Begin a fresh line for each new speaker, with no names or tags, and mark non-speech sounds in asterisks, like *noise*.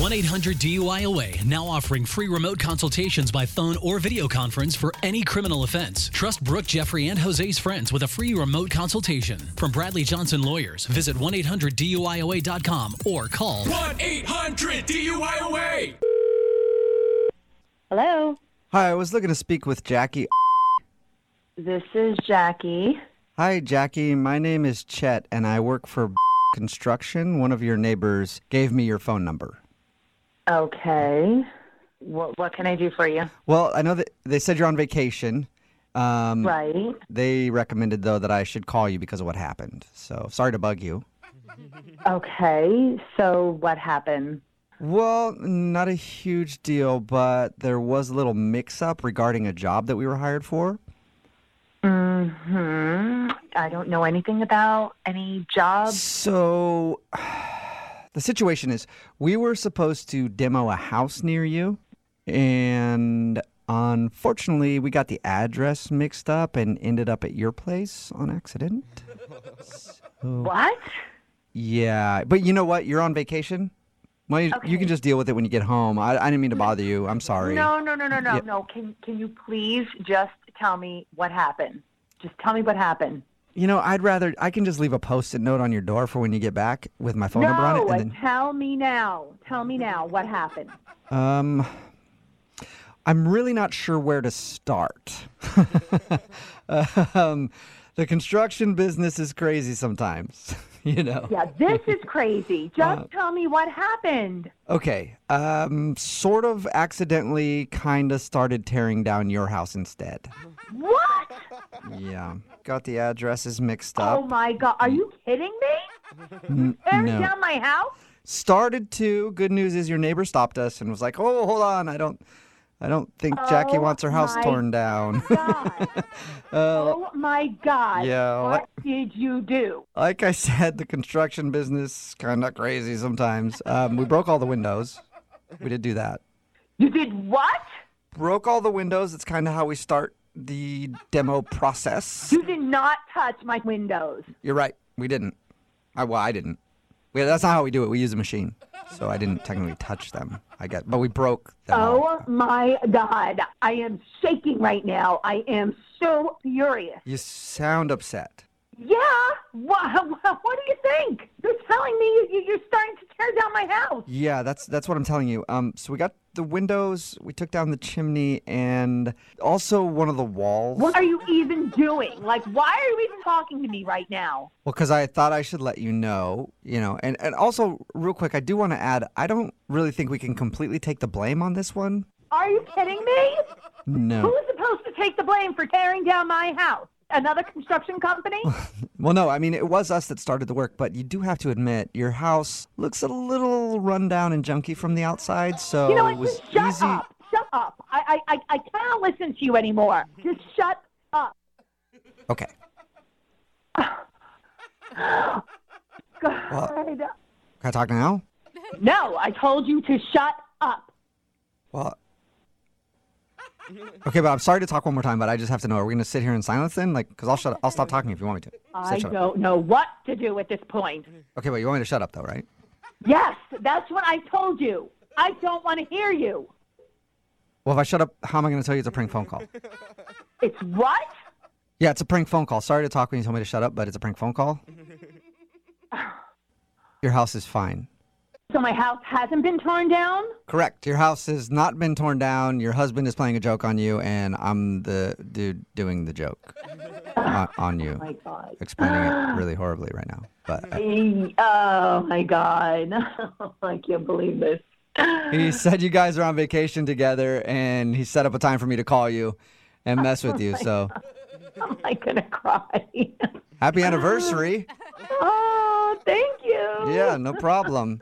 1 800 DUIOA now offering free remote consultations by phone or video conference for any criminal offense. Trust Brooke, Jeffrey, and Jose's friends with a free remote consultation. From Bradley Johnson Lawyers, visit 1 800 DUIOA.com or call
1 800 DUIOA!
Hello,
Hi, I was looking to speak with Jackie.
this is Jackie.
Hi, Jackie. My name is Chet, and I work for Construction. One of your neighbors gave me your phone number.
Okay, what what can I do for you?
Well, I know that they said you're on vacation. Um,
Right?
They recommended, though, that I should call you because of what happened. So sorry to bug you.
Okay, so what happened?
Well, not a huge deal, but there was a little mix up regarding a job that we were hired for.
Hmm, I don't know anything about any job.
So *sighs* the situation is we were supposed to demo a house near you and unfortunately we got the address mixed up and ended up at your place on accident.
What?
Yeah, but you know what? You're on vacation. Well, you, you can just deal with it when you get home. I, I didn't mean to bother you. I'm sorry.
No, no, no, no, no, no. Can can you please just tell me what happened? Just tell me what happened.
You know, I'd rather I can just leave a post-it note on your door for when you get back with my phone number on it
No,
and then
tell me now. Tell me now what happened.
Um, I'm really not sure where to start. *laughs* um, the construction business is crazy sometimes, *laughs* you know.
Yeah, this is *laughs* crazy. Just tell me what happened.
Okay. Um, sort of accidentally, kind of started tearing down your house instead.
What?
Yeah. Got the addresses mixed
Oh
up.
my god, are you kidding me? Tearing
no.
down my *laughs* house?
Started to. Good news is your neighbor stopped us and was like, "Oh, hold on. I don't, I don't think Jackie
Oh
wants her house
my
torn down."
God. oh my god.
yeah,
What
what-
did you do?
like I said, the construction business kind of crazy sometimes. Um, we broke all the windows. We did do that.
You did what?
Broke all the windows. It's kind of how we start the demo process.
You did not touch my windows.
You're right. We didn't. I, well, I didn't. We, that's not how we do it. We use a machine. So I didn't technically touch them. I guess, but we broke them. all.
Oh my god. I am shaking right now. I am so furious.
You sound upset.
Yeah. What, *laughs* what do you think? You're telling me you, you- you're starting to tear down my house.
Yeah, that's that's what I'm telling you. Um, so we got the windows. We took down the chimney and also one of the walls.
What are you even doing? Like, why are you even talking to me right now?
Well, because I thought I should let you know, you know, and, and also, real quick, I do want to add I don't really think we can completely take the blame on this one.
Are you kidding me? *laughs*
No.
Who's supposed to take the blame for tearing down my house? Another construction company?
Well, no, I mean, it was us that started the work, but you do have to admit your house looks a little rundown and junky from the outside, so *laughs*
You know
Oh, it
what?
was
Just shut
easy.
up. Shut up. I, I, I, I cannot listen to you anymore. Just shut up.
Okay.
God.
Can I talk now?
No, I told you to shut up.
Well, okay, but I'm sorry to talk one more time, but I just have to know. Are we going to sit here in silence then? Like, because I'll shut I'll stop talking if you want me to.
I
Say shut up.
don't know what to do at this point.
Okay, but you want me to shut up, though, right?
Yes, that's what I told you. I don't want to hear you.
Well, if I shut up, how am I going to tell you it's a prank phone call?
It's what?
Yeah, it's a prank phone call. Sorry to talk when you told me to shut up, but it's a prank phone call. Your house is fine.
So my house hasn't been torn down?
Correct. Your house has not been torn down. Your husband is playing a joke on you, and I'm the dude doing the joke on, on you.
My God.
Explaining it really horribly right now. But uh,
Oh my God. *laughs* I can't believe this.
he said you guys are on vacation together, and he set up a time for me to call you and mess with you. So
*laughs* Am I going to cry? *laughs*
happy anniversary.
oh, thank you.
Yeah, no problem.